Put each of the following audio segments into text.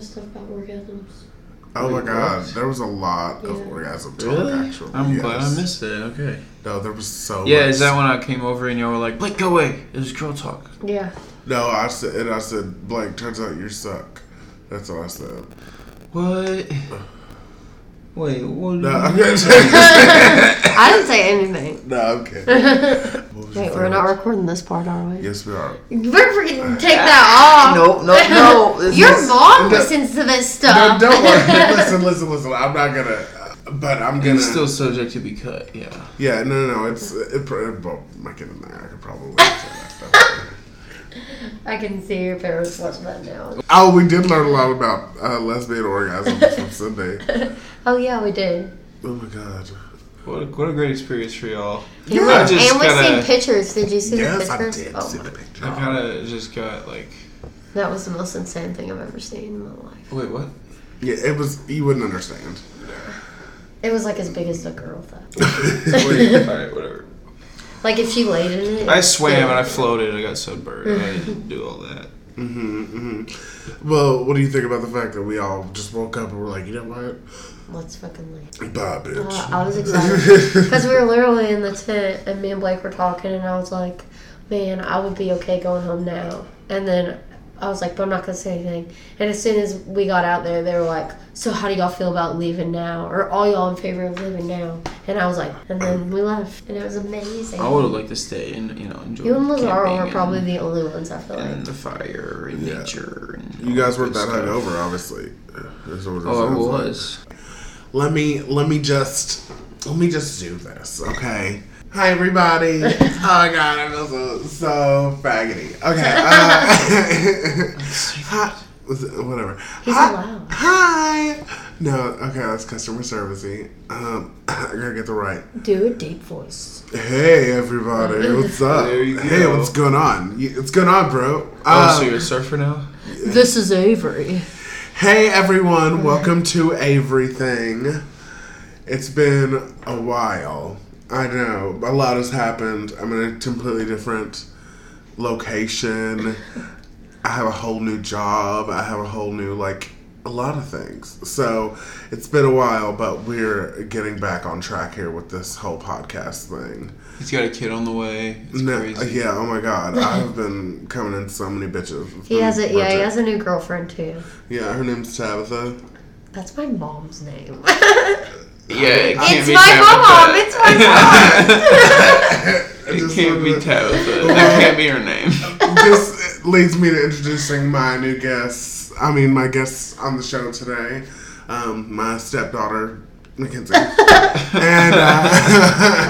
stuff about orgasms. Oh my Wait, god, what? there was a lot of Yeah. orgasm talk Really? actually. I'm yes. glad I missed it. Okay. No, there was so Yeah, much. is that when I came over and y'all were like, Blake, go away. It was girl talk. Yeah. No, I said and I said, Blake, turns out you suck. That's what I said. What? Wait, what? No, I'm kidding. I didn't say anything. no, I'm kidding. What was your Wait, we're not favorite? recording this part, are we? Yes, we are. We're freaking take that off. No, no, no. This Your is- mom No. listens to this No, stuff. Uh, don't worry. listen, listen, listen. I'm not gonna. But I'm gonna. It's still subject to be cut, yeah. Yeah, no, no, no. It's it. pro- it well, my kid and I, I could probably. say that stuff. I can see your parents watch that now. oh, we did learn a lot about uh, lesbian orgasms from Sunday. Oh yeah, we did. Oh my god. What a, what a great experience for y'all. And Yeah. we- I just and we gotta- seen pictures. Did you see Yes, the I pictures? did oh see my the picture. God. I kind of just got like, That was the most insane thing I've ever seen in my life. wait, what? Yeah, it was. You wouldn't understand. It was like as big as the girl thought. Mm-hmm, Wait, alright, whatever. Like if she laid in it. I swam and I floated. I got sunburned. I didn't do all that. hmm hmm Well, what do you think about the fact that we all just woke up and were like, you know what? Let's fucking lay. Bye, bitch. Uh, I was excited because we were literally in the tent and me and Blake were talking and I was like, man, I would be okay going home now. And then I was like, but I'm not gonna say anything. And as soon as we got out there, they were like, so how do y'all feel about leaving now? Or all y'all in favor of leaving now? And I was like, and then we left and it was amazing. I would have liked to stay and you know enjoy. You and Lazaro camping were and- probably the only ones I feel like. and the fire and Yeah. nature. And you all guys that weren't that good stuff. hungover, obviously. That's what it Oh, I sounds like. was. Let me let me just let me just do this, okay? Hi everybody. oh my god, I feel so so faggoty. Okay. Uh, hi, was it- whatever. He's hi, allowed. Hi. No, okay, that's customer servicey. Um, I gotta get the right. Do a deep voice. Hey everybody, what's up? There you Hey, go. what's going on? You- It's going on, bro. Oh, Um, so you're a surfer now? This is Avery. Hey everyone, welcome to Everything. It's been a while. I know, a lot has happened. I'm in a completely different location. I have a whole new job. I have a whole new, like, a lot of things. So it's been a while, but we're getting back on track here with this whole podcast thing. He's got a kid on the way. It's No, crazy. yeah, oh my god. I've been coming in so many bitches. It's He been has a yeah, he Bridget. has a new girlfriend too. Yeah, her name's Tabitha. That's my mom's name. Yeah, it can't it's be my mom. Tabitha. It's my mom. I It just can't be wanted to- Tabitha. That can't be her name. this leads me to introducing my new guests. I mean, my guests on the show today. Um, my stepdaughter, Mackenzie, and, uh,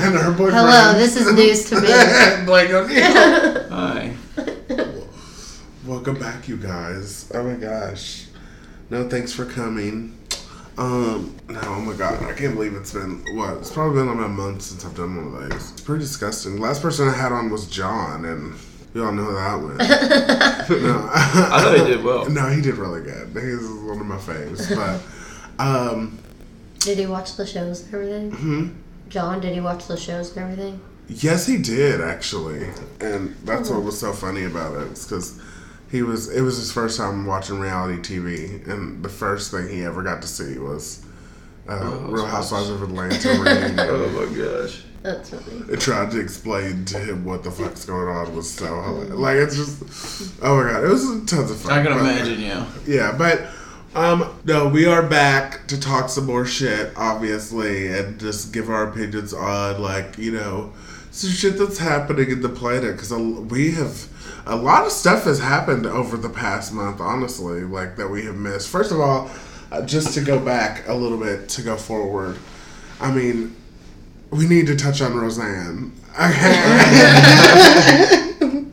and her boyfriend. Hello, this is news to me. Blake O'Neill. Hi. Welcome back, you guys. Oh my gosh. No, thanks for coming. Um, no, oh my god, I can't believe it's been what? It's probably been about a month since I've done one of those. It's pretty disgusting. Last person I had on was John, and you all know how that went. No. I thought he did well. No, he did really good. He's one of my faves. But um, did he watch the shows and everything? Hmm? Mm-hmm. John, did he watch the shows and everything? yes, he did actually, and that's what was so funny about it, because he was. It was his first time watching reality TV, and the first thing he ever got to see was. Uh, Oh, Real that's Housewives of Atlanta reunion. Oh my gosh. That's funny. It tried to explain to him what the fuck's going on was so hilarious. like it's just oh my god it was tons of fun. I can But- imagine, yeah. Yeah, but um no, we are back to talk some more shit, obviously, and just give our opinions on like you know some shit that's happening in the planet because we have a lot of stuff has happened over the past month, honestly, like that we have missed. First of all, uh, just to go back a little bit to go forward, I mean, we need to touch on Roseanne. Okay.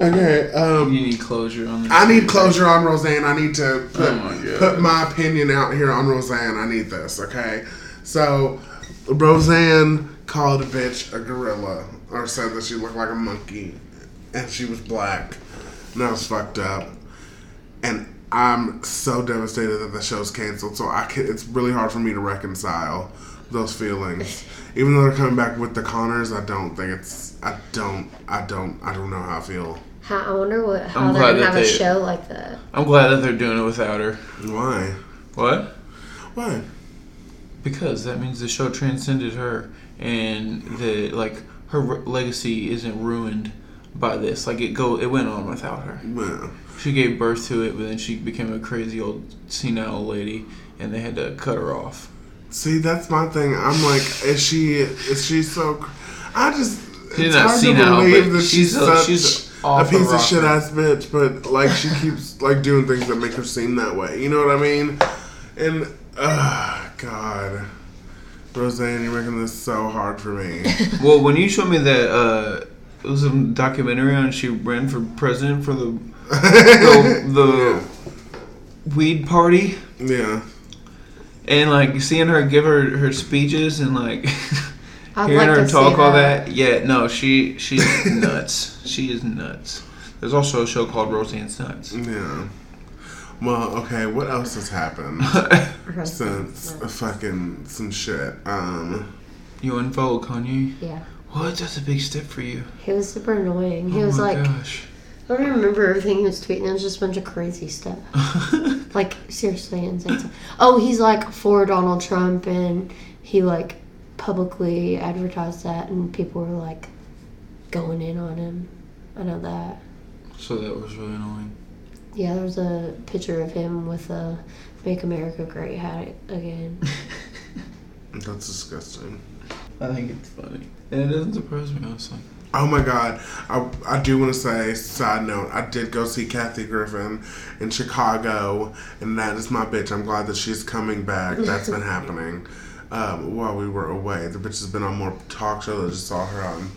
okay. Um, You need closure on this. I need closure on Roseanne. I need to put, Oh my God. put my opinion out here on Roseanne. I need this, okay? So, Roseanne called a bitch a gorilla or said that she looked like a monkey and she was black. And I was fucked up. And I'm so devastated that the show's canceled. So, I can, it's really hard for me to reconcile those feelings. Even though they're coming back with the Connors, I don't think it's. I don't. I don't. I don't know how I feel. How, I wonder what how I'm they're glad gonna that have a they- show like that. I'm glad that they're doing it without her. Why? What? Why? Because that means the show transcended her, and the like her re- legacy isn't ruined by this. Like it go, it went on without her. Well, She gave birth to it, but then she became a crazy old senile lady, and they had to cut her off. see, that's my thing. I'm like, is she? Is she so? cr- I just. She's it's not hard senile, to believe but that she's, she's a- such she's a off the piece of shit rocker. ass bitch, but like she keeps like doing things that make her seem that way. You know what I mean? And uh, God, Roseanne, you're making this so hard for me. Well, when you showed me that uh, it was a documentary on she ran for president for the the, the weed party, yeah. and like seeing her give her her speeches and like I'd hearing like her to talk see all that. Yeah, no, she she's nuts. She is nuts. There's also a show called Roseanne's Nuts. Yeah. Well, okay, what else has happened since fucking some shit? Um, you unfollow Kanye? Yeah, What? That's a big step for you. he was super annoying. He oh was my like, gosh. I don't remember everything he was tweeting. It was just a bunch of crazy stuff. like seriously insane. stuff. Oh, he's like for Donald Trump, and he like publicly advertised that, and people were like going in on him. I know that. so that was really annoying. Yeah, there was a picture of him with a "Make America Great" hat again. that's disgusting. I think it's funny, and it doesn't surprise me honestly. Oh my god, I, I do want to say, side note, I did go see Kathy Griffin in Chicago, and that is my bitch. I'm glad that she's coming back. That's been happening um, while we were away. The bitch has been on more talk shows. I just saw her on,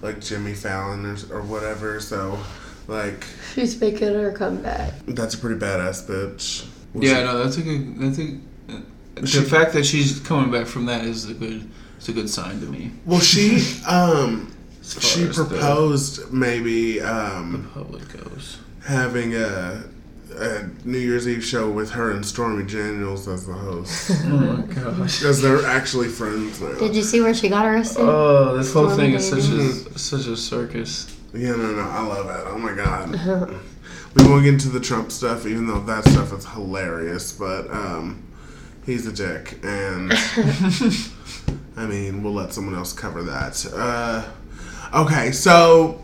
like, Jimmy Fallon or, or whatever, so, like, She's making her comeback. that's a pretty badass bitch. Yeah, no, that's a good. That's a. uh, The She- fact that she's coming back from that is a good. It's a good sign to me. Well, she um As far she as the proposed maybe um public goes. having a, a New Year's Eve show with her and Stormy Daniels as the host Oh my gosh. because they're actually friends now. Did you see where she got arrested? Uh, Oh, this whole thing is such a Stormy such a circus. yeah, no, no, I love it. Oh my god. we won't get into the Trump stuff, even though that stuff is hilarious. But um, he's a dick, and I mean, we'll let someone else cover that. Uh, okay, so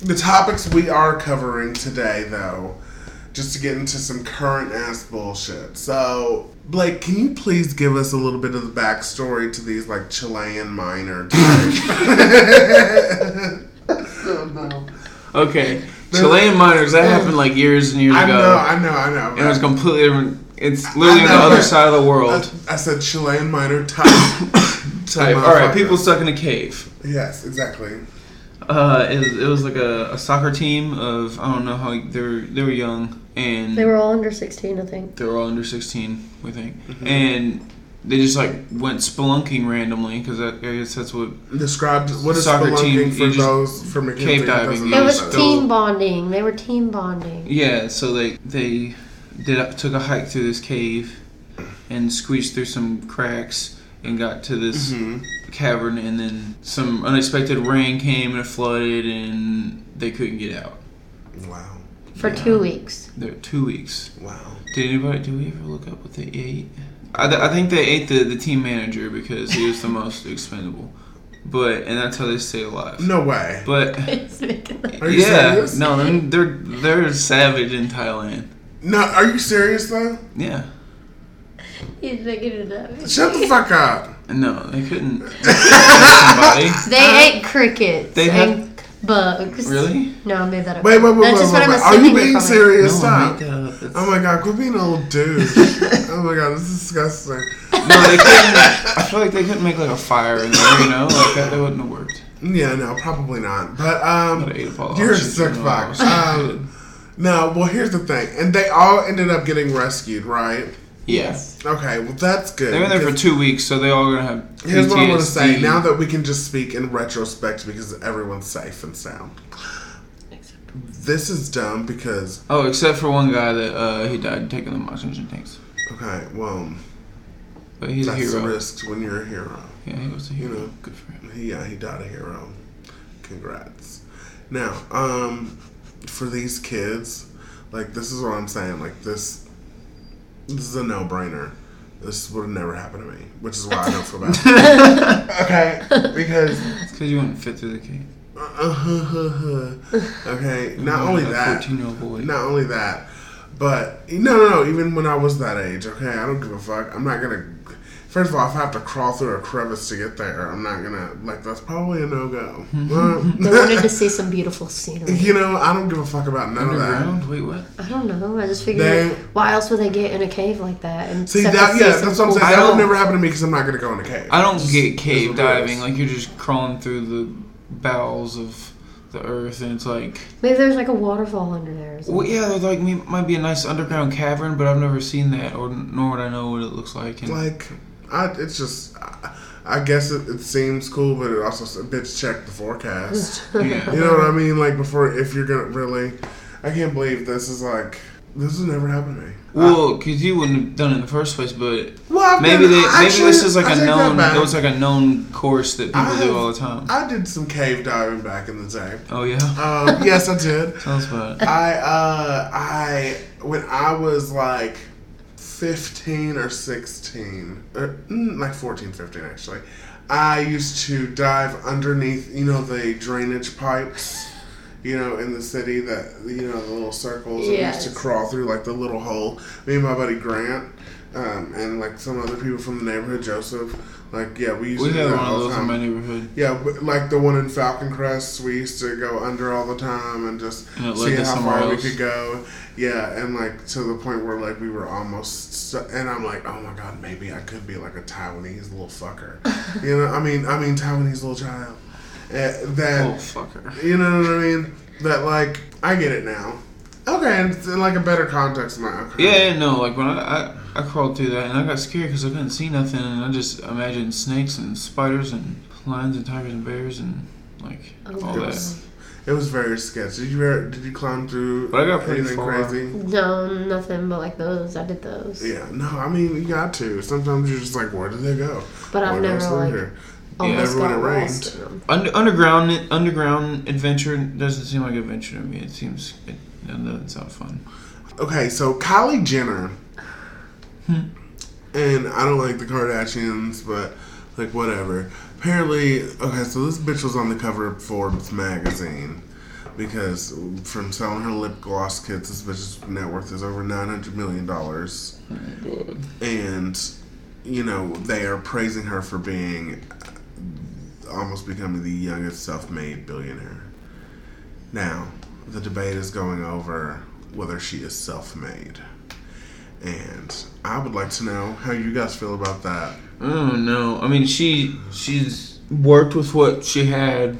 the topics we are covering today, though, just to get into some current ass bullshit. So, Blake, can you please give us a little bit of the backstory to these like Chilean minor? types? oh no. Okay, Chilean miners that happened like years and years I ago, know, I know, I know. and it's completely different. It's literally on the know. other side of the world. I, I said Chilean minor type. Type. All right, motherfucker. people stuck in a cave. yes, exactly. Uh, it, was- it was like a, a soccer team of I don't know how they were they were young and They were all under sixteen, I think. they were all under 16, we think. And they just like went spelunking randomly because I guess that's what Described what is Soccer spelunking team, for you just- those for McKinsey. cave who diving, doesn't you know It Yeah, was about so- team bonding. They were team bonding. yeah. So they they did took a hike through this cave and squeezed through some cracks and got to this Mhm. cavern and then some unexpected rain came and it flooded and they couldn't get out. Mm-hmm. Wow, for two weeks. There two weeks. wow. Did anybody? Did we ever look up what they ate? I, th- I think they ate the, the team manager because he was the most expendable, but and that's how they stay alive. No way. But Are you yeah, serious? no, them- they're they're savage in Thailand. No, are you serious though? Yeah, He's making it up. Shut the fuck up. no, they couldn't. somebody. They ate crickets They and bugs. Really? No, I made that up. Wait, wait, wait, That's wait, just wait, what wait. I'm Are you assuming being from it. serious? no, I Stop. made that up. It's- Oh my god, quit being an old dude. oh my god, this is disgusting. no, they couldn't. I feel like they couldn't make like a fire in there. You know, like that, that wouldn't have worked. Yeah, no, probably not. But But I um, ate a ball of you're a oxygen sick and all fuck. that shit. Um, no, well here's the thing, and they all ended up getting rescued, right? yeah. Okay, well that's good. They were there because- for two weeks, so they all gonna have. PTSD. Here's what I want to say. Now that we can just speak in retrospect because everyone's safe and sound. This is dumb because Oh, except for one guy that uh, he died taking the oxygen tanks. okay, well, But he's that's a the hero. risk when you're a hero. Yeah, he was a hero. know. Good for him. Yeah, he died a hero. Congrats. Now, um, for these kids, like this is what I'm saying. Like this, this is a no brainer. This would have never happened to me, which is why I don't feel bad. okay, because because you wouldn't fit through the cage. Uh-huh. okay, not You're only a that, 14-year-old boy. not only that, but no, no, no. Even when I was that age, okay, I don't give a fuck. I'm not gonna. First of all, if I have to crawl through a crevice to get there, I'm not gonna. Like that's probably a no go. They wanted to see some beautiful scenery. you know, I don't give a fuck about none of that. Underground? Wait, what? I don't know. I just figured, They- why else would they get in a cave like that? And See except that? to see Yeah, some that's what I'm cool- saying. That would don't- never happen to me because I'm not gonna go in a cave. I don't get Just- cave just what it is. diving. Like you're just crawling through the bowels of the earth, and it's like, Maybe there's like a waterfall under there. Or something. well, yeah, there's like may- might be a nice underground cavern, but I've never seen that, or nor would I know what it looks like. And Like, I, it's just, I, I guess it, it seems cool, but it also, s- bitch, check the forecast. yeah, you know what I mean? Like, before, if you're gonna really, I can't believe this is like, this has never happened to me. well, because you wouldn't have done it in the first place, but Well, I've maybe been- they, maybe actually, this is like I a take that known back. that was like a known course that people I have- do all the time. I did some cave diving back in the day. oh yeah, Um, yes, I did. sounds about it. I uh I when I was like 15 or 16 or mm, like 14 15 actually I used to dive underneath you know the drainage pipes you know in the city that you know the little circles and we used to Yes. crawl through like the little hole me and my buddy Grant um, and like some other people from the neighborhood Joseph like yeah we used We to do had that one of all the those in time. my neighborhood. Yeah, w- like the one in Falcon Crest, we used to go under all the time and just And it led see to how somewhere far else. we could go. Yeah, and like to the point where like we were almost. Stu- and I'm like, oh my god, maybe I could be like a Taiwanese little fucker. you know, I mean, I mean Taiwanese little child. Uh, Oh that fucker. you know what I mean? That like I get it now. Okay, and it's in like a better context now. Okay. Yeah, yeah, no, like when I, I, I crawled through that and I got scared because I couldn't see nothing and I just imagined snakes and spiders and lions and tigers and bears and like Oh, all God. that. It was very sketchy. Did you ever, did you climb through? But I got pretty anything far. crazy? No, nothing but like those. I did those. Yeah, no, I mean you got to. Sometimes you're just like, where did they go? But I've Where did I never, sleep like- here? Almost Never when got it lost in them. Under, underground underground adventure doesn't seem like adventure to me. It seems it, it doesn't sound fun. Okay, so Kylie Jenner, and I don't like the Kardashians, but like whatever. Apparently, okay, so this bitch was on the cover of Forbes magazine because from selling her lip gloss kits, this bitch's net worth is over nine hundred million dollars, and you know they are praising her for being uh, almost becoming the youngest self-made billionaire. Now, the debate is going over whether she is self made. And I would like to know how you guys feel about that. Oh no. I mean she she's worked with what she had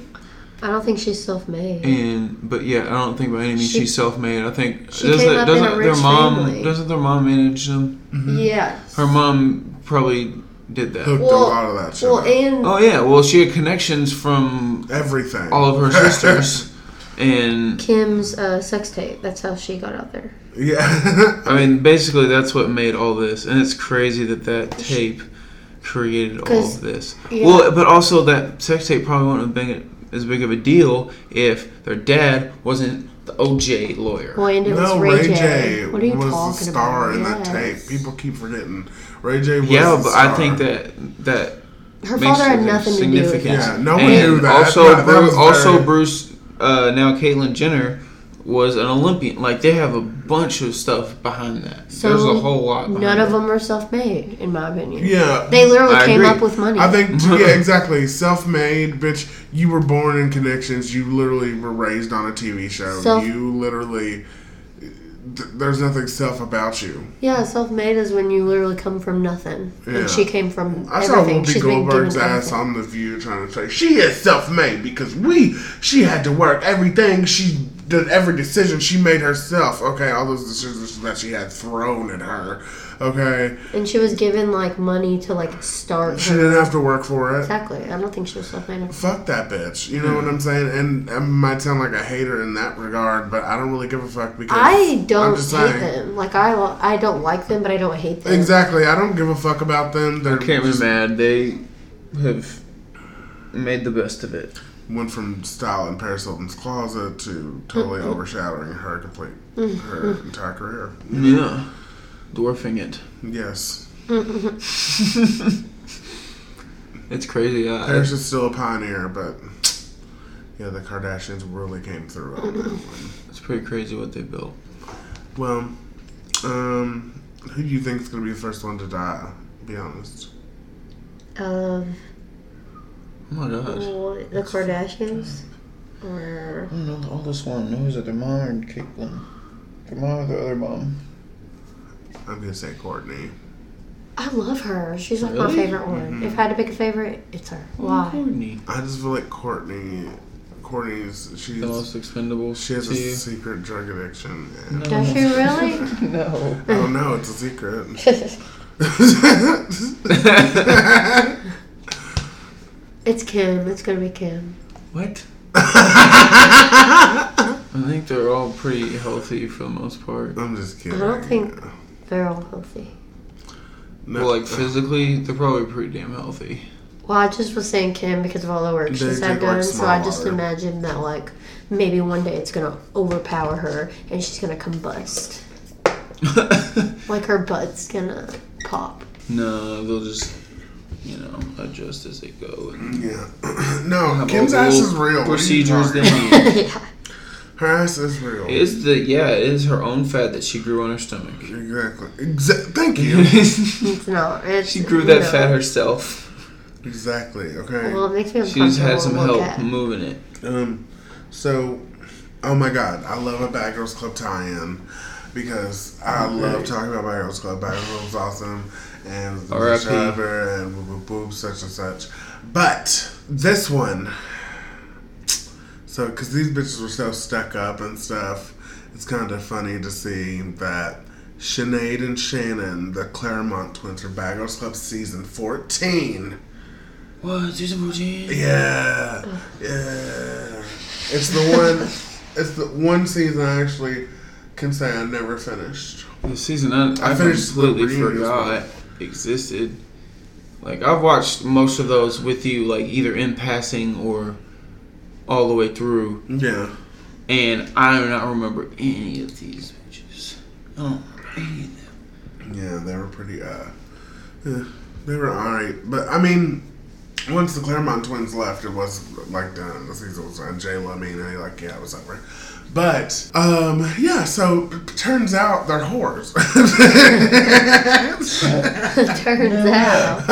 I don't think she's self-made. and but yeah, I don't think by any means Mm. She- she's self made. I think She came up in a their rich mom family. doesn't their mom manage them? Mm-hmm. Yeah. Her mom probably did that. Hooked Well- a lot of that shit. Well, up. and Oh yeah, well she had connections from Everything. all of her sisters, and Kim's uh, sex tape. That's how she got out there. yeah. I mean basically that's what made all this, and it's crazy that that tape created all 'Cause- of this. yeah. Well, but also that sex tape probably wouldn't have been as big of a deal if their dad wasn't the OJ lawyer. Well, and it no, was Ray, J. What are you was the talking star about? in Yes. that tape. People keep forgetting. Ray J was yeah, the but I star. think that that Her makes father it had nothing to do with significant. that. Yeah, no one knew that. Also, Yeah, that Bru- was also very- Bruce, uh, now Caitlyn Jenner, was an Olympian. Like they have a bunch of stuff behind that. So There's a whole lot. Behind None of it. them are self-made, in my opinion. Yeah. They literally I came agree. up with money. I think, yeah, exactly. Self made, bitch. You were born in connections. You literally were raised on a TV show. Self- you literally. Th- there's nothing self about you. yeah, self-made is when you literally come from nothing, Yeah. and she came from I saw everything. Whoopi She's been given Goldberg's ass everything. on the View trying to say she is self-made because we she had to work everything she did every decision she made herself. Okay, all those decisions that she had thrown at her. Okay, and she was given like money to like start. she her- didn't have to work for it. Exactly. I don't think she was self-made. Fuck that bitch. You know Hmm. what I'm saying? And I might sound like a hater in that regard, but I don't really give a fuck because I I'm don't just hate saying. them. Like I, lo- I don't like them, but I don't hate them. Exactly. I don't give a fuck about them. They're I can't be just- mad. They have made the best of it. went from style in Paris Hilton's closet to totally Mm-hmm. overshadowing her complete her entire career. Yeah. Dwarfing it. Yes, It's crazy. I, Paris is still a pioneer, but yeah, the Kardashians really came through on that one. it's pretty crazy what they built. Well, um, who do you think is going to be the first one to die? Be honest. Um, Oh my god. what- the Kardashians? Or I don't know the oldest one. Who was it? Their mom or Caitlyn? Their mom or their other mom? I'm going to say Courtney. I love her. She's like my Really? Mm-hmm. favorite one. Mm-hmm. If I had to pick a favorite, it's her. Why? Courtney. I just feel like Courtney. Courtney's she's The most expendable. she has a to you. secret drug addiction. And No. Does she really? no. I don't know. It's a secret. it's Kim. It's gonna be Kim. What? I think they're all pretty healthy for the most part. I'm just kidding. I don't think- They're all healthy. No. Well, like physically, they're probably pretty damn healthy. Well, I just was saying Kim because of all the work They she's take, had like, done, so I small just water. imagine that like maybe one day it's gonna overpower her and she's gonna combust. Like her butt's gonna pop. no, they'll just, you know, adjust as they go. And Yeah. no, have Kim's all the ass little is real. What are you Procedures talking they need. yeah. Her ass is real. Is the yeah? It is her own fat that she grew on her stomach. exactly. Exa- thank you. It's not. It's, she grew that no. fat herself. exactly. Okay. Well, it makes me She just uncomfortable had some to look help at. moving it. Um. So, oh my God, I love a Bad Girls Club tie-in because I love talking about Bad Girls Club. Bad Girls Club is awesome, and R.I.P.. Driver and boop, boop, boop, such and such. But this one, so because these bitches were so stuck up and stuff, it's kind of funny to see that. Sinead and Shannon, the Claremont twins for Bad Girls Club season 14. What season fourteen? Yeah, yeah. It's the one. it's the one season I actually can say I never finished. The season I, I, I finished the completely reading as forgot existed. Like I've watched most of those with you, like either in passing or all the way through, Yeah, and I do not remember any of these bitches. I don't remember any of them. yeah. They were pretty. Uh, eh, they were alright, but I mean, once the Claremont twins left, it was like done. The season was done. Jay Lummy and he like, yeah, it was over. But um, yeah, so it turns out they're whores. Turns out.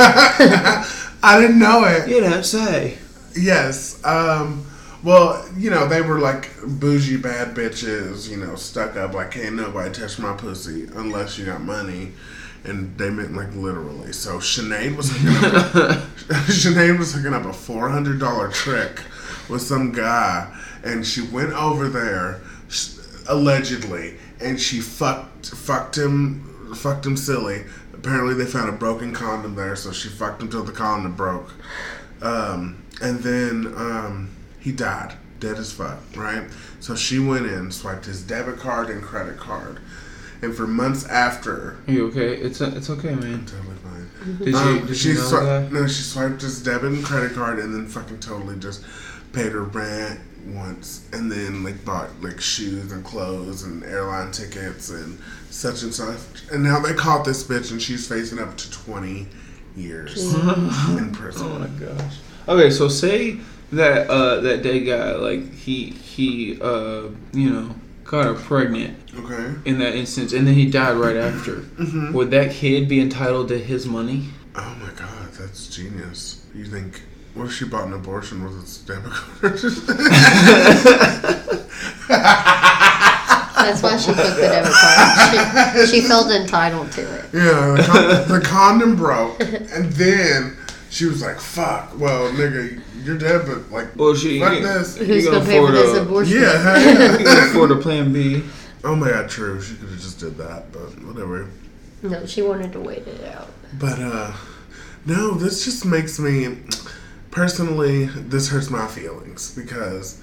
I didn't know it. You don't say. Yes. Um, well, you know, they were like bougie bad bitches, you know, stuck up like, can't nobody touch my pussy unless you got money. And they meant like literally. So Sinead was hooking up, Sinead was hooking up a $400 trick with some guy. And she went over there, sh- allegedly, and she fucked, fucked him, fucked him silly. Apparently, they found a broken condom there, so she fucked him till the condom broke. Um, and then um, he died, dead as fuck, right? So she went in, swiped his debit card and credit card. And for months after, You okay? It's it's okay, man. totally fine. Did you, Um, did she you know swi- that? No, she swiped his debit and credit card and then fucking totally just paid her rent once and then like bought like shoes and clothes and airline tickets and such and such. And now they caught this bitch and she's facing up to 20 years in prison. Oh my gosh. Okay, so say that uh, that dead guy, like he he uh, you know got her pregnant Okay. in that instance, and then he died right after. Mm-hmm. Would that kid be entitled to his money? Oh my god, that's genius. You think, what if she bought an abortion with its debit card? That's why she took the debit card. She, she felt entitled to it. yeah, the, con- the condom broke, and then she was like, fuck, well, nigga, you're dead, but like, Well, she fuck you- this. you Who's can gonna pay for afford this a- abortion? Yeah, hell You yeah. can afford a plan B. Oh my god, true. She could have just did that, but whatever. No, she wanted to wait it out. But, uh, no, this just makes me, personally, this hurts my feelings because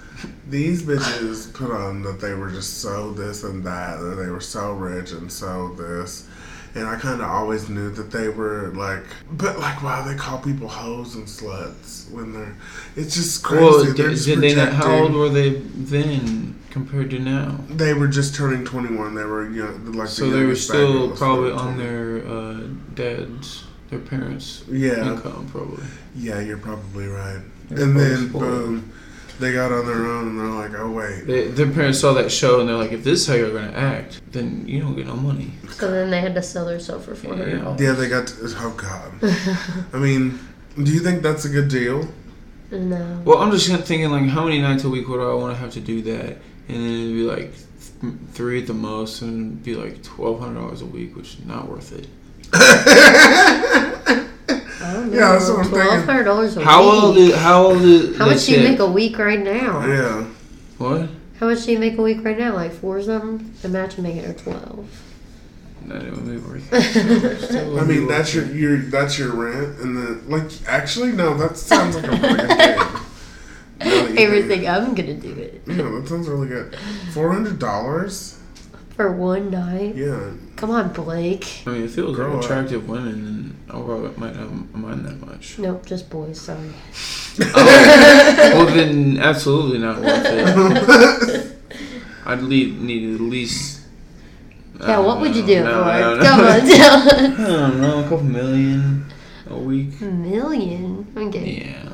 these bitches put on that they were just so this and that, that they were so rich and so this. and I kind of always knew that they were like, but like, wow, they call people hoes and sluts when they're. It's just crazy. Well, They're did, just did they not? How old projecting. were they then compared to now? They were just turning twenty one. They were young, like So the they were youngest still faggot was probably 20. on their uh, dad's, their parents' Yeah, income, probably. yeah, you're probably right. They're and probably then spoiled. boom, they got on their own and they're like, oh wait, They, their parents saw that show and they're like, if this is how you're gonna act, then you don't get no money. So then they had to sell their soul for four hundred dollars. yeah, they got. To, oh god. I mean, do you think that's a good deal? No. Well, I'm just kinda thinking like, how many nights a week would I want to have to do that? And then it'd be like th- three at the most, and it'd be like twelve hundred dollars a week, which is not worth it. I don't know. yeah, that's what I'm thinking. Twelve hundred dollars a How week. old? Is, how old is? How much that do you chick? make a week right now? yeah. What? How much do you make a week right now? Like four or something? Imagine making it twelve. No, it would be worth it. Still I would be mean, worth that's your, it. your that's your rent, and then like actually no, that sounds like a really good deal. Now that you Everything. think- I'm gonna do it Yeah, that sounds really good. Four hundred dollars. for one night. Yeah, Come on, Blake. I mean, if it was Grow like up. attractive women, then I probably might not mind that much. Nope, just boys. Sorry. Oh. well, then absolutely not worth it. I'd leave, need at least. I Yeah, don't what would you know. do it No, I don't for? know. Come on, tell I don't know, a couple million a week. us. Million. Okay. Yeah,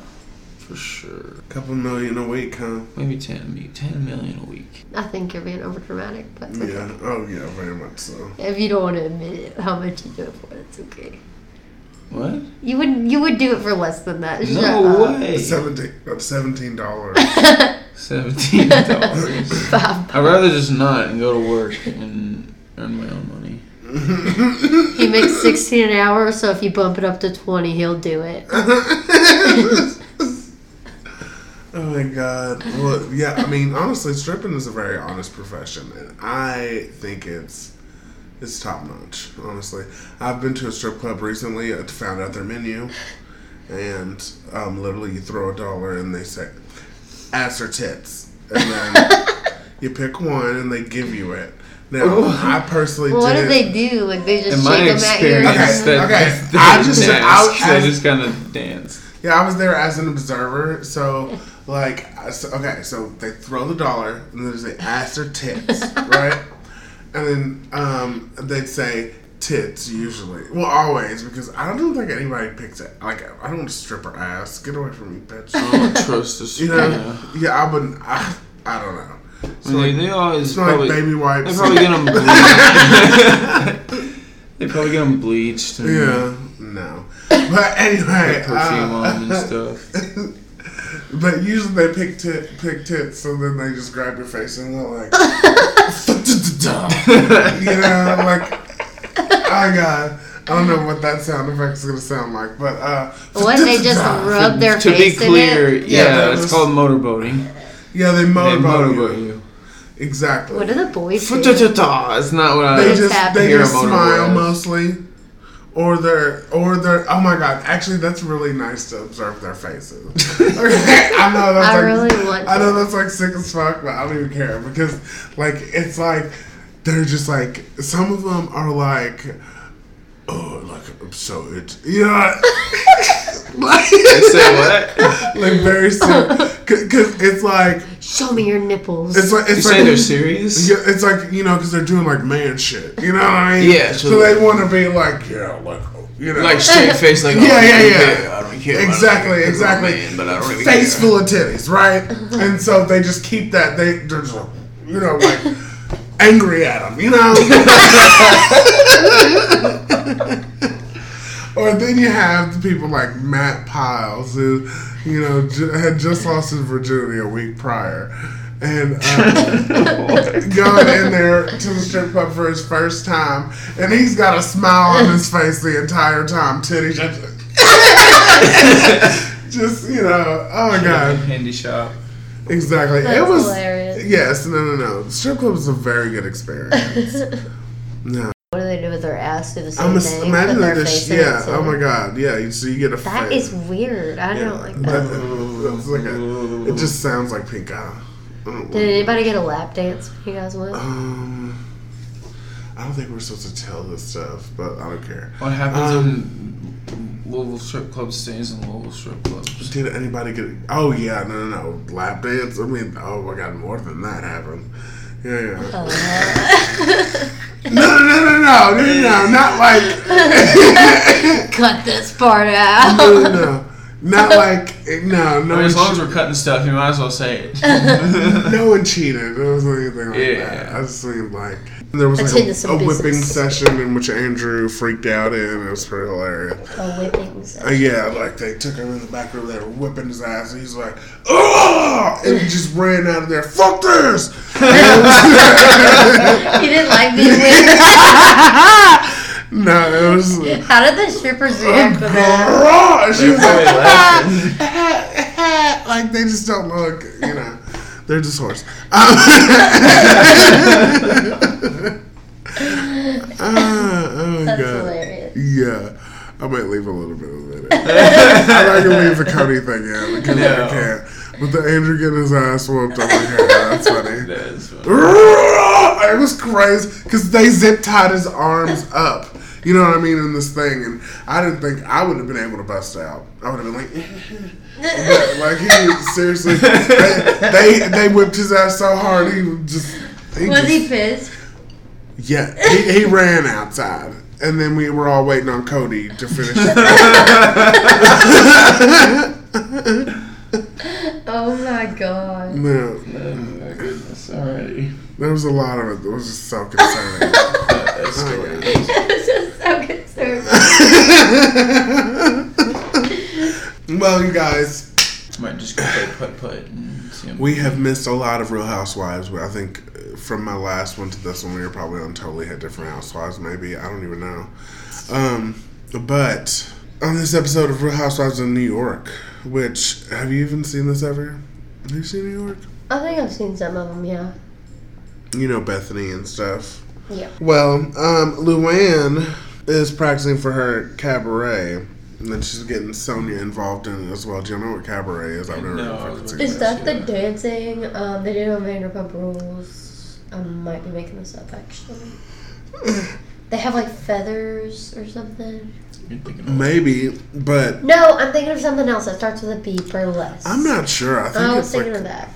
for sure. a couple million a week, huh? Maybe ten, maybe ten million a week. I think you're being overdramatic, but it's okay. Yeah. Oh yeah, very much so. If you don't want to admit it, how much you do it for, it's okay. What? You would you would do it for less than that. Shut no up. way. Seventeen. uh, Seventeen dollars. Seventeen dollars. Bob, I'd rather just not and go to work and earn my own money. he makes sixteen an hour, so if you bump it up to twenty, he'll do it. Oh my god. Well, yeah, I mean, honestly, stripping is a very honest profession, and I think it's it's top notch. Honestly, I've been to a strip club recently. I found out their menu, and um, literally, you throw a dollar, and they say ass or tits, and then you pick one, and they give you it. Now, I personally Well, what do did they do? Like they just In my shake them at you. experience, Okay, that, okay. that I just- dance, I- I- they just kind of dance. Yeah, I was there as an observer. So, like, I- so, okay, so they throw the dollar, and then they say ass or tits, right? And then um, they'd say tits usually. Well, always because I don't think anybody picks it. Like, I don't want a stripper ass. Get away from me, bitch. I don't trust this. You know? yeah. Yeah, I wouldn't. I, I don't know. So, I like, mean, they always it's not probably, like baby They wipes. probably get them bleached. they probably get them bleached and yeah, no. But anyway, put perfume uh, on and stuff. But usually they pick tit, pick tits, so then they just grab your face and they're like, you know, like, oh god, I don't know what that sound effect's gonna sound like, but uh, What they just rub their to be face clear, in it. yeah, Yeah, that it's was- called motorboating. yeah, they They motorboat motorboat you you. exactly. What do the boys do? Ta-ta-ta-ta. It's not what I. they It's just happening. they You're a just motorboat. smile mostly, or they're or they're oh my god, actually that's really nice to observe their faces. I know that's I like, really want I know to. that's like sick as fuck, but I don't even care because like it's like they're just like some of them are like oh like I'm so it you know like, They say what? like very serious because it's like Show me your nipples. it's like You it's say they're like serious? yeah, it's like you know, because they're doing like man shit. You know what I mean? Yeah, So, so- they want to be like, yeah, like you know, Like straight face, like Yeah, oh, yeah, I don't yeah. care, I don't care. Exactly, I don't care, 'cause I'm a exactly. man, but I don't really face care. full of titties, right? and so they just keep that. They they're just like, you know like angry at them, you know. Or then you have the people like Matt Piles, who, you know, ju- had just lost his virginity a week prior, and uh, going in there to the strip club for his first time, and he's got a smile on his face the entire time. Titty just, just you know, oh my god, Handy shop. exactly. That's it was hilarious. yes, no, no, no. Strip club is a very good experience. No, What do they do with their ass? Do the same I'm a, thing. imagine put their that. This, face in yeah. it, Oh too? my god. Yeah. you- So you get a That face. is weird. I don't like that. That- that's like a- it just sounds like pink eye. Uh, Did anybody get a lap dance when you guys went? Um, I don't think we're supposed to tell this stuff, but I don't care. What happens Um, in Louisville strip club stays in Louisville strip clubs. Did anybody get? Oh yeah, no, no, no, lap dance. I mean, oh my god, more than that happened. Yeah, yeah. No, no, no, no, no, no, no, no, not like. Cut this part out. no, no, no, not like no, no. I mean, one as long as che- we're cutting stuff, you might as well say it. no one cheated. There wasn't anything like that. Yeah. I just mean like there was Attended like a, some a whipping business. session in which Andrew freaked out in. It was pretty hilarious. A whipping Uh, session. yeah, like they took him in the back room, they were whipping his ass, and he's like, "Oh!" and he just ran out of there. Fuck this! He didn't like being whipped. no, it was. How did the strippers react to Oh, that? "Grrrr!" And she was They're probably laughing. like, like they just don't look, you know, they're just horse. Ah, Um, Ah, oh my That's God. hilarious. Yeah. I might leave a little bit of it. in. I'm not gonna leave the Cody thing in because No. I can't. But the Andrew getting his ass whooped on the hair, that's funny. That is funny. It was crazy because they zip tied his arms up. You know what I mean in this thing, and I didn't think I would have been able to bust out. I would have been like, but, like he was- seriously, they, they they whipped his ass so hard he was just he Was just- he pissed? yeah, he, he ran outside, and then we were all waiting on Cody to finish. Oh my god. no, Oh my goodness. Alrighty. there was a lot of it that was just so concerning. That Mm. escalated. It's just so conservative. well, you guys, Might just go play putt putt and see him. we have missed a lot of Real Housewives. But I think uh, from my last one to this one, we were probably on totally had different housewives. Maybe I don't even know. Um, but on this episode of Real Housewives of New York, which have you even seen this ever? Have you seen New York? I think I've seen some of them, yeah. You know Bethany and stuff. Yeah. Well, um, Luann is practicing for her cabaret, and then she's getting Sonia involved in it as well. Do you know what cabaret is? I've never No, I fucking was seen about to Is it. that the dancing um, they did on Vanderpump Rules? I might be making this up actually. They have like feathers or something. You're thinking of- Maybe, but No, I'm thinking of something else that starts with a B for less. I'm not sure. I think I was it's like thinking of Oh, that.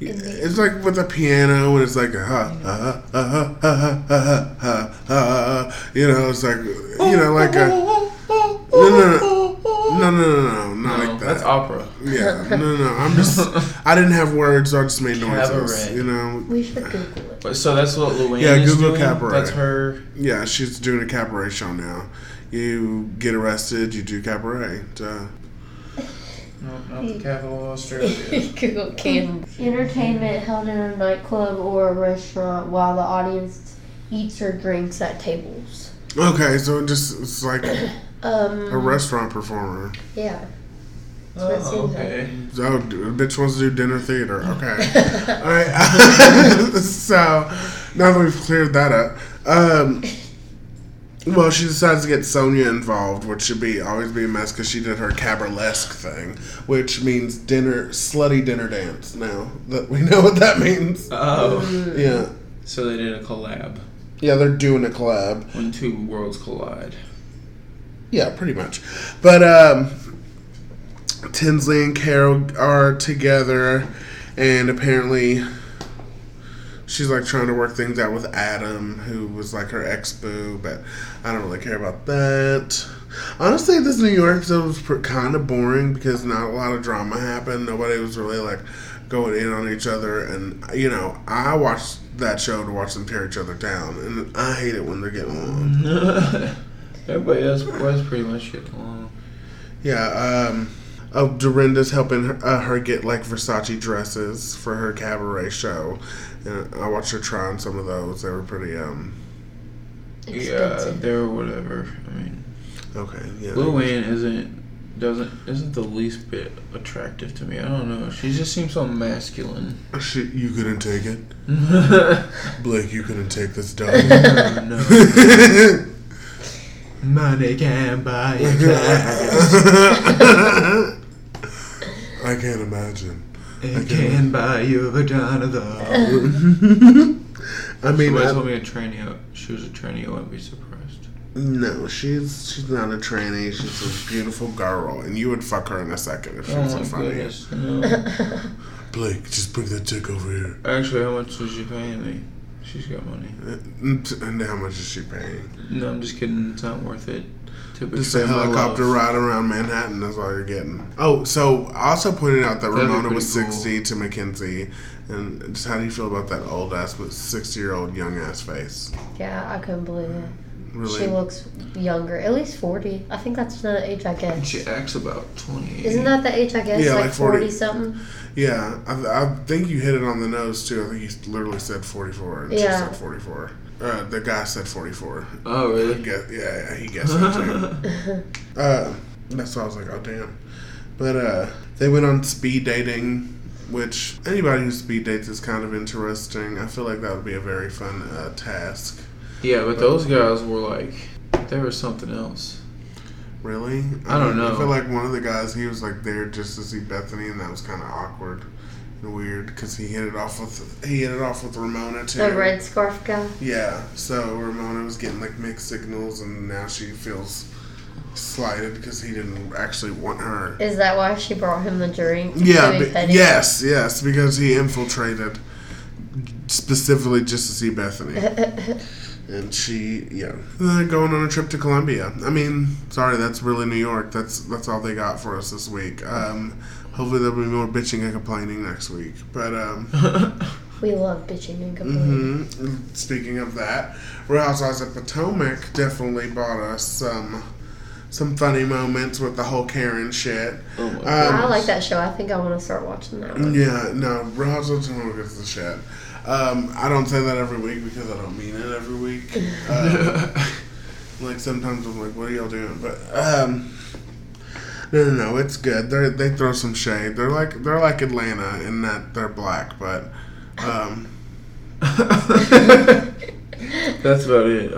it's like with the piano, and it's like ha ha ha ha ha ha ha ha. You know, it's like you know, like a no, no, no, no, no, no, no, not No, like that. that's opera. Yeah, no, no, no. I'm just. I didn't have words, so I just made noises. Cabaret. You know. We should Google it. But so that's what Luann Yeah, is Google doing. cabaret. That's her. Yeah, she's doing a cabaret show now. You get arrested, you do cabaret. Uh, Duh. No, not the capital of Australia. Google can. Entertainment held in a nightclub or a restaurant while the audience eats or drinks at tables. Okay, so it just it's like a Um. restaurant performer. yeah. what it oh, seems like. okay. Oh, d- bitch wants to do dinner theater. Okay. All right. so now that we've cleared that up, um, well, she decides to get Sonia involved, which should be always be a mess because she did her cabrelesque thing, which means dinner slutty dinner dance. Now that we know what that means. Oh. Yeah. So they did a collab Yeah, they're doing a collab. when two worlds collide. Yeah, pretty much. But um, Tinsley and Carol are together, and apparently she's like trying to work things out with Adam, who was like her ex boo, but I don't really care about that. Honestly, this New York episode was kind of boring because not a lot of drama happened. Nobody was really like going in on each other, and you know, I watched that show to watch them tear each other down, and I hate it when they're getting along. Everybody else was pretty much getting along. Yeah, um, oh, Dorinda's helping her, uh, her get like Versace dresses for her cabaret show, and I watched her try on some of those. They were pretty. um Yeah, Expensive. they were whatever. I mean, Okay, Lil yeah. Wayne isn't doesn't isn't the least bit attractive to me. I don't know. She just seems so masculine. Oh, Shit, you couldn't take it, no, Blake. You couldn't take this dog. money can buy a I can't imagine. It can buy you a vagina though. um, I mean, Somebody I- told me a tranny. uh, She was a tranny. I wouldn't be surprised. no, she's she's not a tranny. She's a beautiful girl, and you would fuck her in a second Oh if she was in front of no. you. Blake, just bring that chick over here. Actually, how much was she paying me? She's got money. Uh, And how much is she paying? No, I'm just kidding. It's not worth it. To Just betray a my helicopter love. ride around Manhattan. That's all you're getting. Oh, so I also pointed out that That'd be Ramona was pretty cool. 60 to Mackenzie. And just how do you feel about that old ass, but 60 year old young ass face? Yeah, I couldn't believe it. Really? She looks younger, at least 40. I think that's the age I guess. She acts about 28. Isn't that the age I guess? Yeah, like, like 40. 40. something? yeah, I, I think you hit it on the nose too. I think he literally said 44. And Yeah. She said 44. Uh, the guy said 44. Oh, He really? guess, yeah, yeah, he guessed it too. Uh, that's why I was like, oh damn. But uh, they went on speed dating, which anybody who speed dates is kind of interesting. I feel like that would be a very fun uh, task. yeah, but those guys were like, there was something else. Really? I don't mean, know. I feel like one of the guys he was like there just to see Bethany, and that was kind of awkward and weird because he hit it off with he hit it off with Ramona too. The red scarf guy? Yeah. So Ramona was getting like mixed signals, and now she feels slighted because he didn't actually want her. Is that why she brought him the drink? Yeah, To be be- petty? yes, yes, because he infiltrated specifically just to see Bethany, and she, yeah, They're going on a trip to Colombia. I mean, sorry, that's really New York. That's that's all they got for us this week. Um, hopefully there'll be more bitching and complaining next week. But um, Oh we love bitching and complaining. mhm. speaking of that, Real Housewives of Potomac definitely bought us some some funny moments with the whole Karen shit. Oh my Um, I like that show. I think I want to start watching that one. Yeah, no, Real Housewives of Potomac is the shit. Um, I don't say that every week because I don't mean it every week. Um, like sometimes I'm like, what are y'all doing? But um, no, no, no, it's good. They they throw some shade. They're like they're like Atlanta in that they're black, but um, That's about it.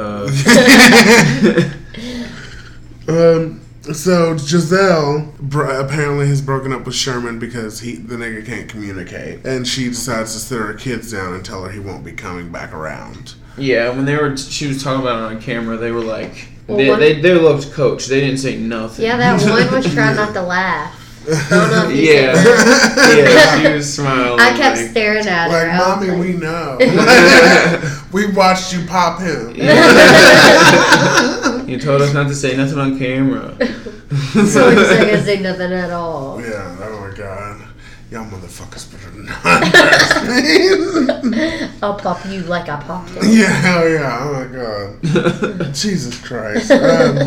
Uh, um. So Giselle br- apparently has broken up with Sherman because he the nigga can't communicate, and she decides to sit her kids down and tell her he won't be coming back around. yeah, when they were, she was talking about it on camera. They were like, Well, they, one- they, they looked coach. They didn't say nothing. Yeah, that one was trying not to laugh. Don't know if you Yeah. said that. yeah, she was smiling. I kept like- staring at Like, her. I was mommy, like, we know. we watched you pop him. You told us not to say nothing on camera. so we're just not gonna say nothing at all. Yeah, oh my god. Y'all motherfuckers better not. I'll pop you like I popped him. yeah, hell yeah, oh my god. Jesus Christ. Um,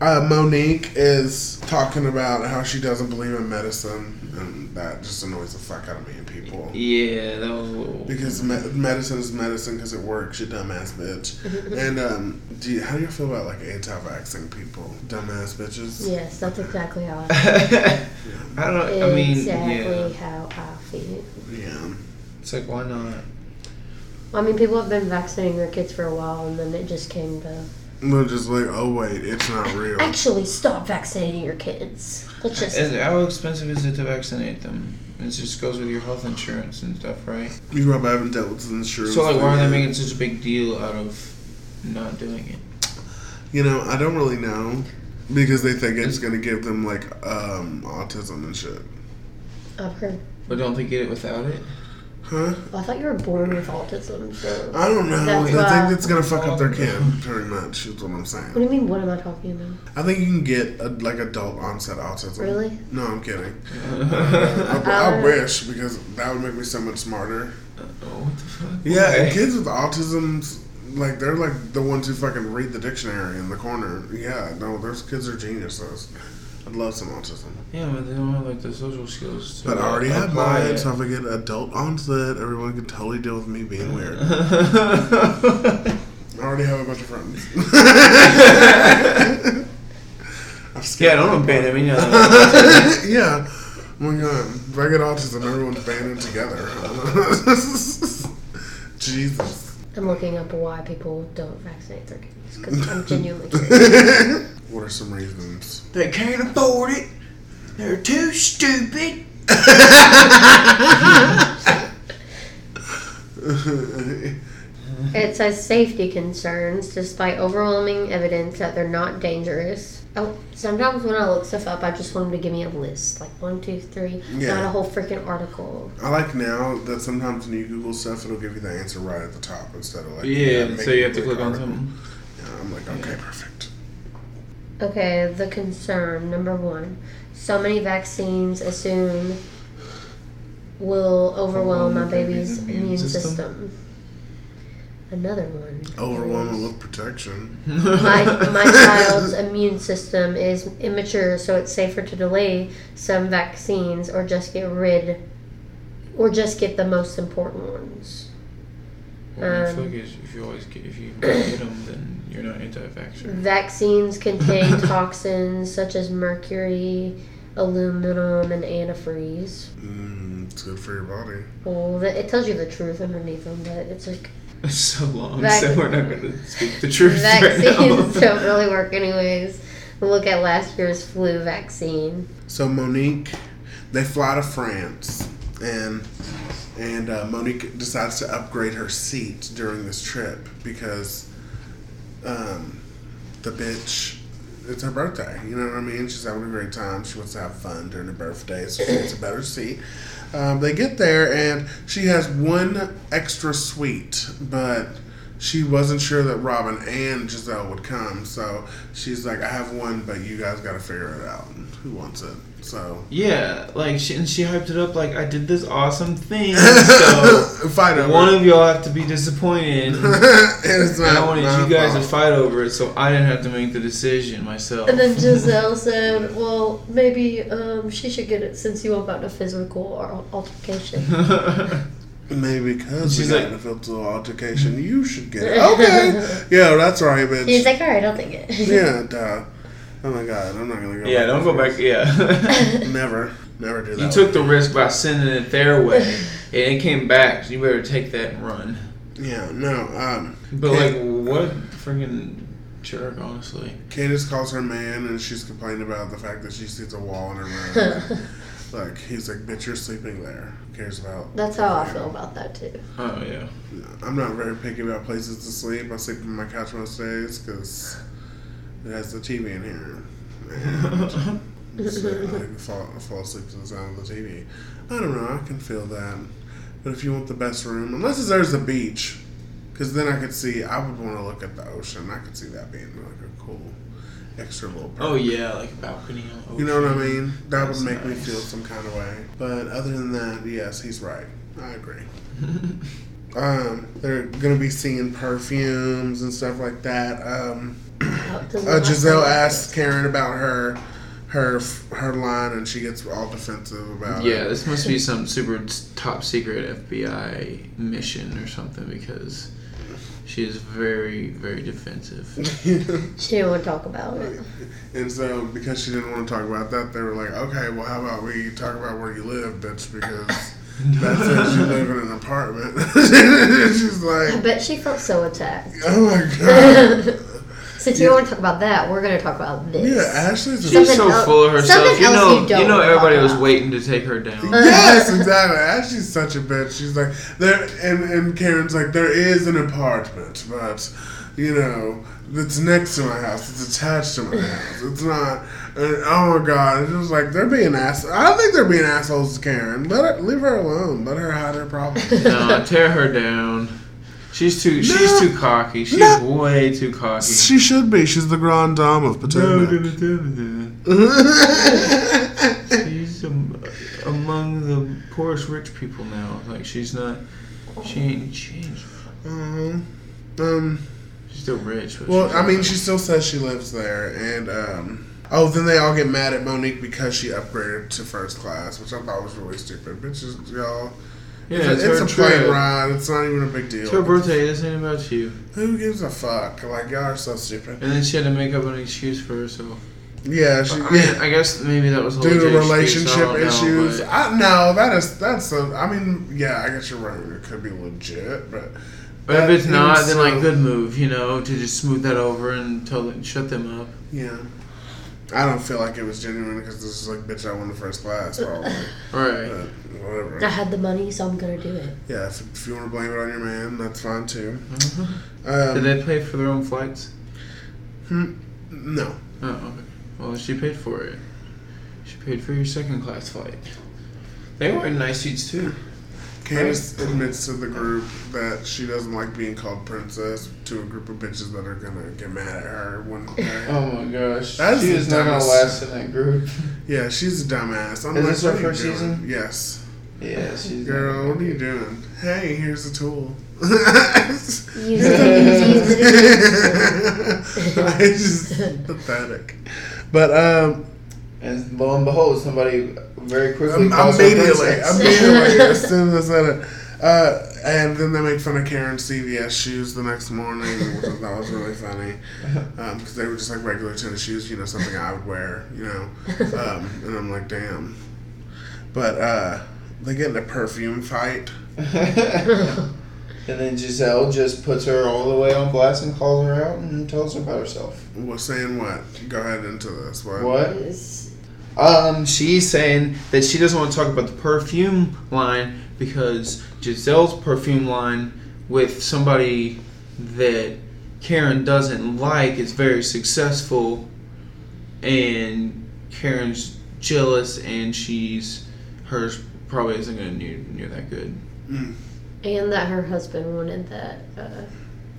uh, Monique is talking about how she doesn't believe in medicine, and that just annoys the fuck out of me and people. yeah, that was a little. Because me- medicine is medicine because it works, you dumbass bitch. And um, do you, how do you feel about like anti-vaxxing people, dumbass bitches? yes, that's exactly how I I don't. I mean, exactly yeah. how I feel. Yeah. It's like why not? I mean, people have been vaccinating their kids for a while, and then it just came to We're just like, oh wait, it's not real. actually stop vaccinating your kids. Let's just And how expensive is it to vaccinate them? It just goes with your health insurance and stuff, right? You probably haven't dealt with the insurance. So like, why are they thing yet. making such a big deal out of not doing it? You know, I don't really know because they think it's gonna give them like um autism and shit. I've heard. But don't they get it without it? Huh? I thought you were born with autism. So. I don't know. That's I why- think it's gonna fuck up their kid pretty much. Is what I'm What do saying. you mean? What am I talking about? I think you can get a, like adult onset autism. Really? No, I'm kidding. I, I Uh, wish because that would make me so much smarter. Oh, what the fuck? Yeah, Why? and kids with autism's like they're like the ones who fucking read the dictionary in the corner. Yeah, no, those kids are geniuses. I'd love some autism. Yeah, but they don't have like the social skills. To, But I already like, have apply mine, it. so if I get adult onset, everyone can totally deal with me being weird. I already have a bunch of friends. I'm yeah, I scared. don't ban them. Yeah, yeah. Oh my god. If I get autism, everyone's banding together. Jesus. I'm looking up why people don't vaccinate their kids because I'm genuinely curious. what are some reasons? they can't afford it. They're too stupid. That's It says safety concerns, despite overwhelming evidence that they're not dangerous. Oh, sometimes when I look stuff up, I just want them to give me a list, like one, two, three, Yeah. not a whole freaking article. I like now that sometimes when you Google stuff, it'll give you the answer right at the top instead of like Yeah, so making you have to a click on article. something. Yeah, I'm like okay, perfect. Okay, the concern number one: so many vaccines assume will overwhelm my baby's immune system. Another one. Overwhelming with protection. My, my child's immune system is immature, so it's safer to delay some vaccines or just get rid, or just get the most important ones. Well, I feel Um, like it's- if you always get if you get them, then you're not Mm. anti-vaxxer. Vaccines contain toxins such as mercury, aluminum, and antifreeze. Mm, it's good for your body. Well, th- it tells you the truth underneath them, but it's like It's so long, so Vac- we're not going to speak the truth vaccines right now. don't really work anyways. Look at last year's flu vaccine. So Monique, they fly to France, and and uh, Monique decides to upgrade her seat during this trip because um, the bitch, it's her birthday. You know what I mean? She's having a great time. She wants to have fun during her birthday, so she gets a better seat. Um, they get there, and she has one extra suite, but she wasn't sure that Robin and Giselle would come, so she's like, "I have one, but you guys got to figure it out. Who wants it?" So. Yeah, like she and she hyped it up like I did this awesome thing. So fight over one it. of y'all have to be disappointed. and And it's not I wanted my you guys to fault. fight over it, so I didn't have to make the decision myself. And then uh, Giselle said, "Well, maybe um, she should get it since you all got in a physical or altercation." Maybe because She's we got like- in a physical altercation, you should get it. Okay. yeah, that's right, bitch. He's like, "All right, I'll take it." yeah, duh. Oh my god, I'm not gonna go. yeah, don't go back. Yeah, Never, never do that. you took the risk by sending it their way, and it came back. So you better take that and run. Yeah, no. Um, But Kate- like, what a freaking jerk, honestly. Candace calls her man, and she's complaining about the fact that she sees a wall in her room. like he's like, bitch, you're sleeping there. Who cares about? That's how I feel about that too. Oh yeah. I'm not very picky about places to sleep. I sleep on my couch most days because it has the TV in here. And so I can fall, fall asleep to the sound of the TV. I don't know. I can feel that. But if you want the best room, unless there's a beach, because then I could see. I would want to look at the ocean. I could see that being like a cool extra little. perk. oh yeah, like a balcony. Oh, on the You know what I ocean. mean? That would That's make me nice. feel some kind of way. But other than that, yes, he's right. I agree. Um, they're gonna be seeing perfumes and stuff like that. Um, uh, Giselle asks Karen about her, her, her line, and she gets all defensive about it. Yeah, this must be some super top secret FBI mission or something because she is very, very defensive. She didn't want to talk about it. and so, because she didn't want to talk about that, they were like, "Okay, well, how about we talk about where you live, bitch?" Because that says you live in an apartment. She's I like, bet she felt so attacked. "Oh my god." Since you don't want to talk about that, we're gonna talk about this. Yeah, Ashley's a She's so Something el- full of herself. something You else know, you you, don't know, talk everybody was about. waiting to take her down. yes, exactly. Ashley's such a bitch. She's like there, and and Karen's like there is an apartment, but you know it's next to my house. It's attached to my house. It's not. And, oh my god! It's just like they're being ass. I don't think they're being assholes to Karen. Let her leave her alone. Let her hide her problems. No, tear her down. She's too. She's No. too cocky. She's No. way too cocky. she should be. She's the grand dame of Potomac. She's am- among the poorest rich people now. Like she's not. She ain't changed. um, um. She's still rich. But Well, she's I not mean, rich. she still says she lives there, and um, oh, then they all get mad at Monique because she upgraded to first class, which I thought was really stupid. Bitches, y'all, yeah, it's, it's her a plane trip. ride. It's not even a big deal. It's her birthday. This ain't about you. Who gives a fuck? Like y'all are so stupid. And then she had to make up an excuse for herself. Yeah, she. I mean, Yeah. I guess maybe that was a Due to legit excuse, I relationship don't know, issues, but- I no, that is that's a. I mean, yeah, I guess you're right. It could be legit, but But if that it's not, even then like so- good move, you know, to just smooth that over and tell them, shut them up. Yeah. I don't feel like it was genuine because this is like, bitch, I won the first class, probably. Right. but whatever. I had the money, so I'm gonna do it. Yeah, if, if you want to blame it on your man, that's fine too. Mhm. Did Um, they pay for their own flights? hmm, no. Oh, okay. Well, she paid for it. She paid for your second class flight. They were in nice seats too. Candace admits to the group that she doesn't like being called princess to a group of bitches that are gonna get mad at her when. Oh my gosh. That is she the is not gonna dumbest- last in that group. yeah, she's a dumbass. I'm like, Is this her what are you first doing? season? Yes, Yeah, she's girl, what are you doing? Hey, here's a tool. Use it, I just pathetic, but um, And lo and behold, somebody very quickly I'm, calls her immediately, princess. immediately, as soon as I said it. Uh, and then they made fun of Karen's CVS shoes the next morning. which I thought was really funny because they were just like regular tennis shoes, you know, something I would wear, you know. Um, and I'm like, damn. But uh, they get in a perfume fight. and then Giselle just puts her all the way on blast and calls her out and tells her about herself. Was saying what? Go ahead into this. What? What? It's- Um, she's saying that she doesn't want to talk about the perfume line because Giselle's perfume line with somebody that Karen doesn't like is very successful, and Karen's jealous, and she's hers probably isn't gonna near near that good. Mm. And that her husband wanted that uh,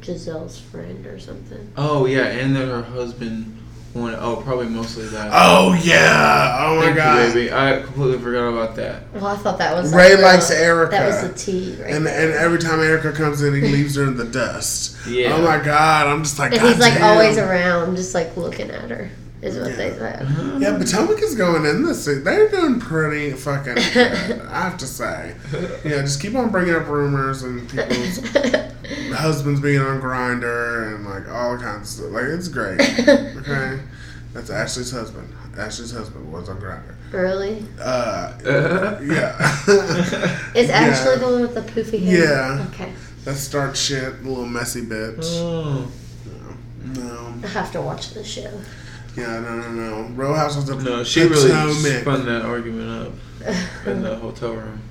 Giselle's friend or something. Oh yeah, and then her husband wanted. Oh, probably mostly that. Oh yeah! Oh my Thank you, god! baby. I completely forgot about that. Well, I thought that was Ray the- likes Erica. That was the T. Right And there. and every time Erica comes in, he leaves her in the dust. Yeah. Oh my god! I'm just like. And he's like goddamn. always around, just like looking at her. Is what they Yeah. said. Yeah, Potomac is going in this. se- They're doing pretty fucking good, I have to say. Yeah, just keep on bringing up rumors and people's husbands being on Grinder and like all kinds of stuff. Like, it's great. Okay? That's Ashley's husband. Ashley's husband was on Grinder. really? Uh, yeah. yeah. Oh. Is Yeah. Ashley the one with the poofy hair? Yeah. Okay. that start shit, little messy bitch. Oh. No. I have to watch the show. Yeah, no, no, no. Row House was a No, she really Potomac. spun that argument up in the hotel room.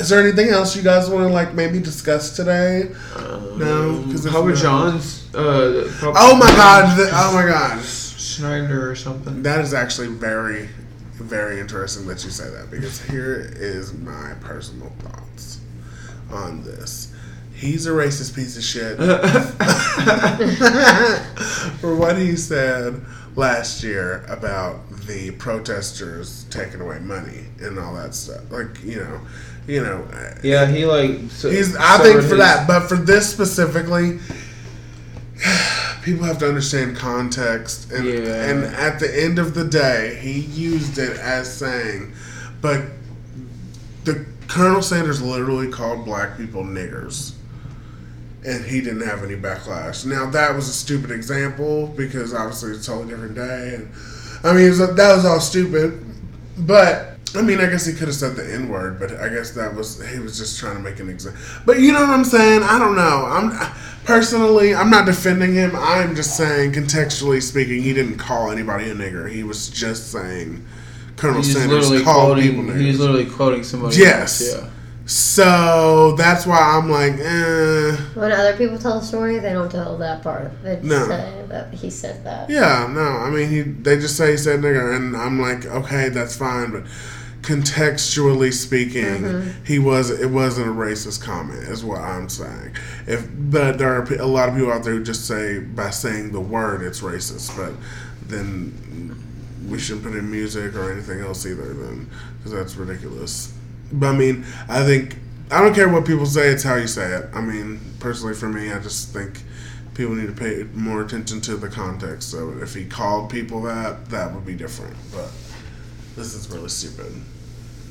Is there anything else you guys want to like maybe discuss today? No, 'cause it's Papa not- Um, John's. Uh, Papa Oh my god! th- Oh my god! Schneider or something. That is actually very, very interesting that you say that because here is my personal thoughts on this. He's a racist piece of shit for what he said last year about the protesters taking away money and all that stuff. Like you know, you know, yeah, he like. So, He's, I think severed for his- that, but for this specifically, people have to understand context, and Yeah. and at the end of the day, he used it as saying, but the Colonel Sanders literally called black people niggers. And he didn't have any backlash. Now that was a stupid example because obviously it's a totally different day. And I mean, it was, that was all stupid. But I mean, I guess he could have said the N word, but I guess that was he was just trying to make an example. But you know what I'm saying? I don't know. I'm personally, I'm not defending him. I'm just saying, contextually speaking, he didn't call anybody a nigger. He was just saying Colonel He's Sanders literally called people quoting. He's niggers. literally quoting somebody. Yes. else, Yeah. So that's why I'm like, eh. When other people tell a story, they don't tell that part. They just No. say that he said that. Yeah, no, I mean, he they just say he said nigger, and I'm like, okay, that's fine, but contextually speaking, he was it wasn't a racist comment, is what I'm saying. If but there are pe- a lot of people out there who just say by saying the word it's racist, but then we shouldn't put in music or anything else either, then because that's ridiculous. But I mean, I think I don't care what people say; it's how you say it. I mean, personally, for me, I just think people need to pay more attention to the context of it. If he called people that, that would be different. But this is really stupid.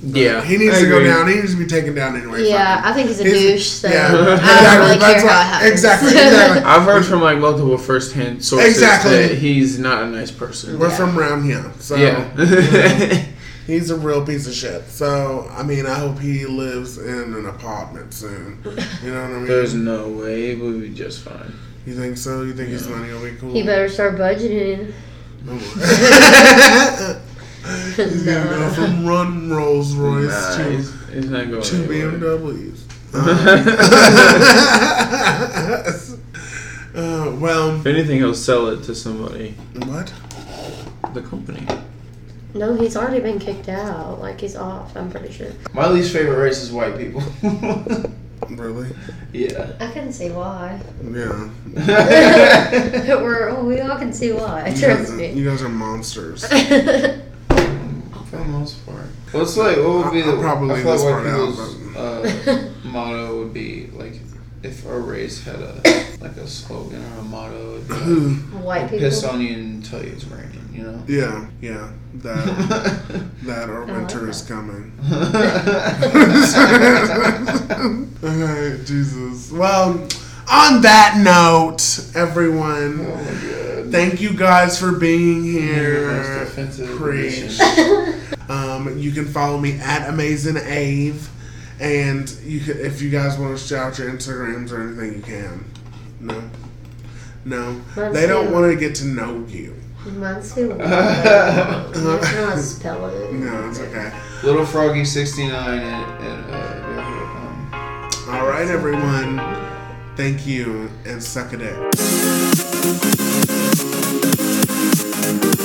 Yeah. He needs I to go agree. down. He needs to be taken down anyway. Yeah, fucking- I think he's a He's- douche, so yeah. I don't Exactly, really that's care how why- it happens. exactly, exactly. I've heard from like multiple first-hand sources Exactly. that he's not a nice person. We're from around here, so yeah. he's a real piece of shit. So I mean, I hope he lives in an apartment soon. You know what I mean? There's no way it would be just fine. you think so? You think his money will be cool? he better start budgeting. Oh, options You know, though. from run Rolls Royce Nah, to it's, it's not going two anywhere. BMWs. Um, uh, well, If anything, he'll sell it to somebody. what? The company. No, he's already been kicked out. Like he's off. I'm pretty sure. My least favorite race is white people. Really? yeah. I can see why. Yeah. We're oh, we all can see why. You guys, Trust me. you guys are monsters. For the most part. What's like? What would be I'll the probably I feel leave like white this people's part uh, motto would be like if a race had a like a slogan or a motto, it'd be like, White "We'll piss people. on you until it's raining. You know. yeah, Oh yeah. That that or like winter is that. coming. Bye. Alright, Jesus. Well, on that note, Oh everyone, thank you guys for being here. Most offensive Preach. mission. Um, you can follow me at Amazing Ave, and you can, if you guys want to shout your Instagrams or anything, you can. No, no, Mine's they don't too. want to get to know you. Mine's too long. There's no spell it. No, it's okay. Little Froggy sixty nine and, and uh, yahoo.com. All right, everyone, thank you and suck it up.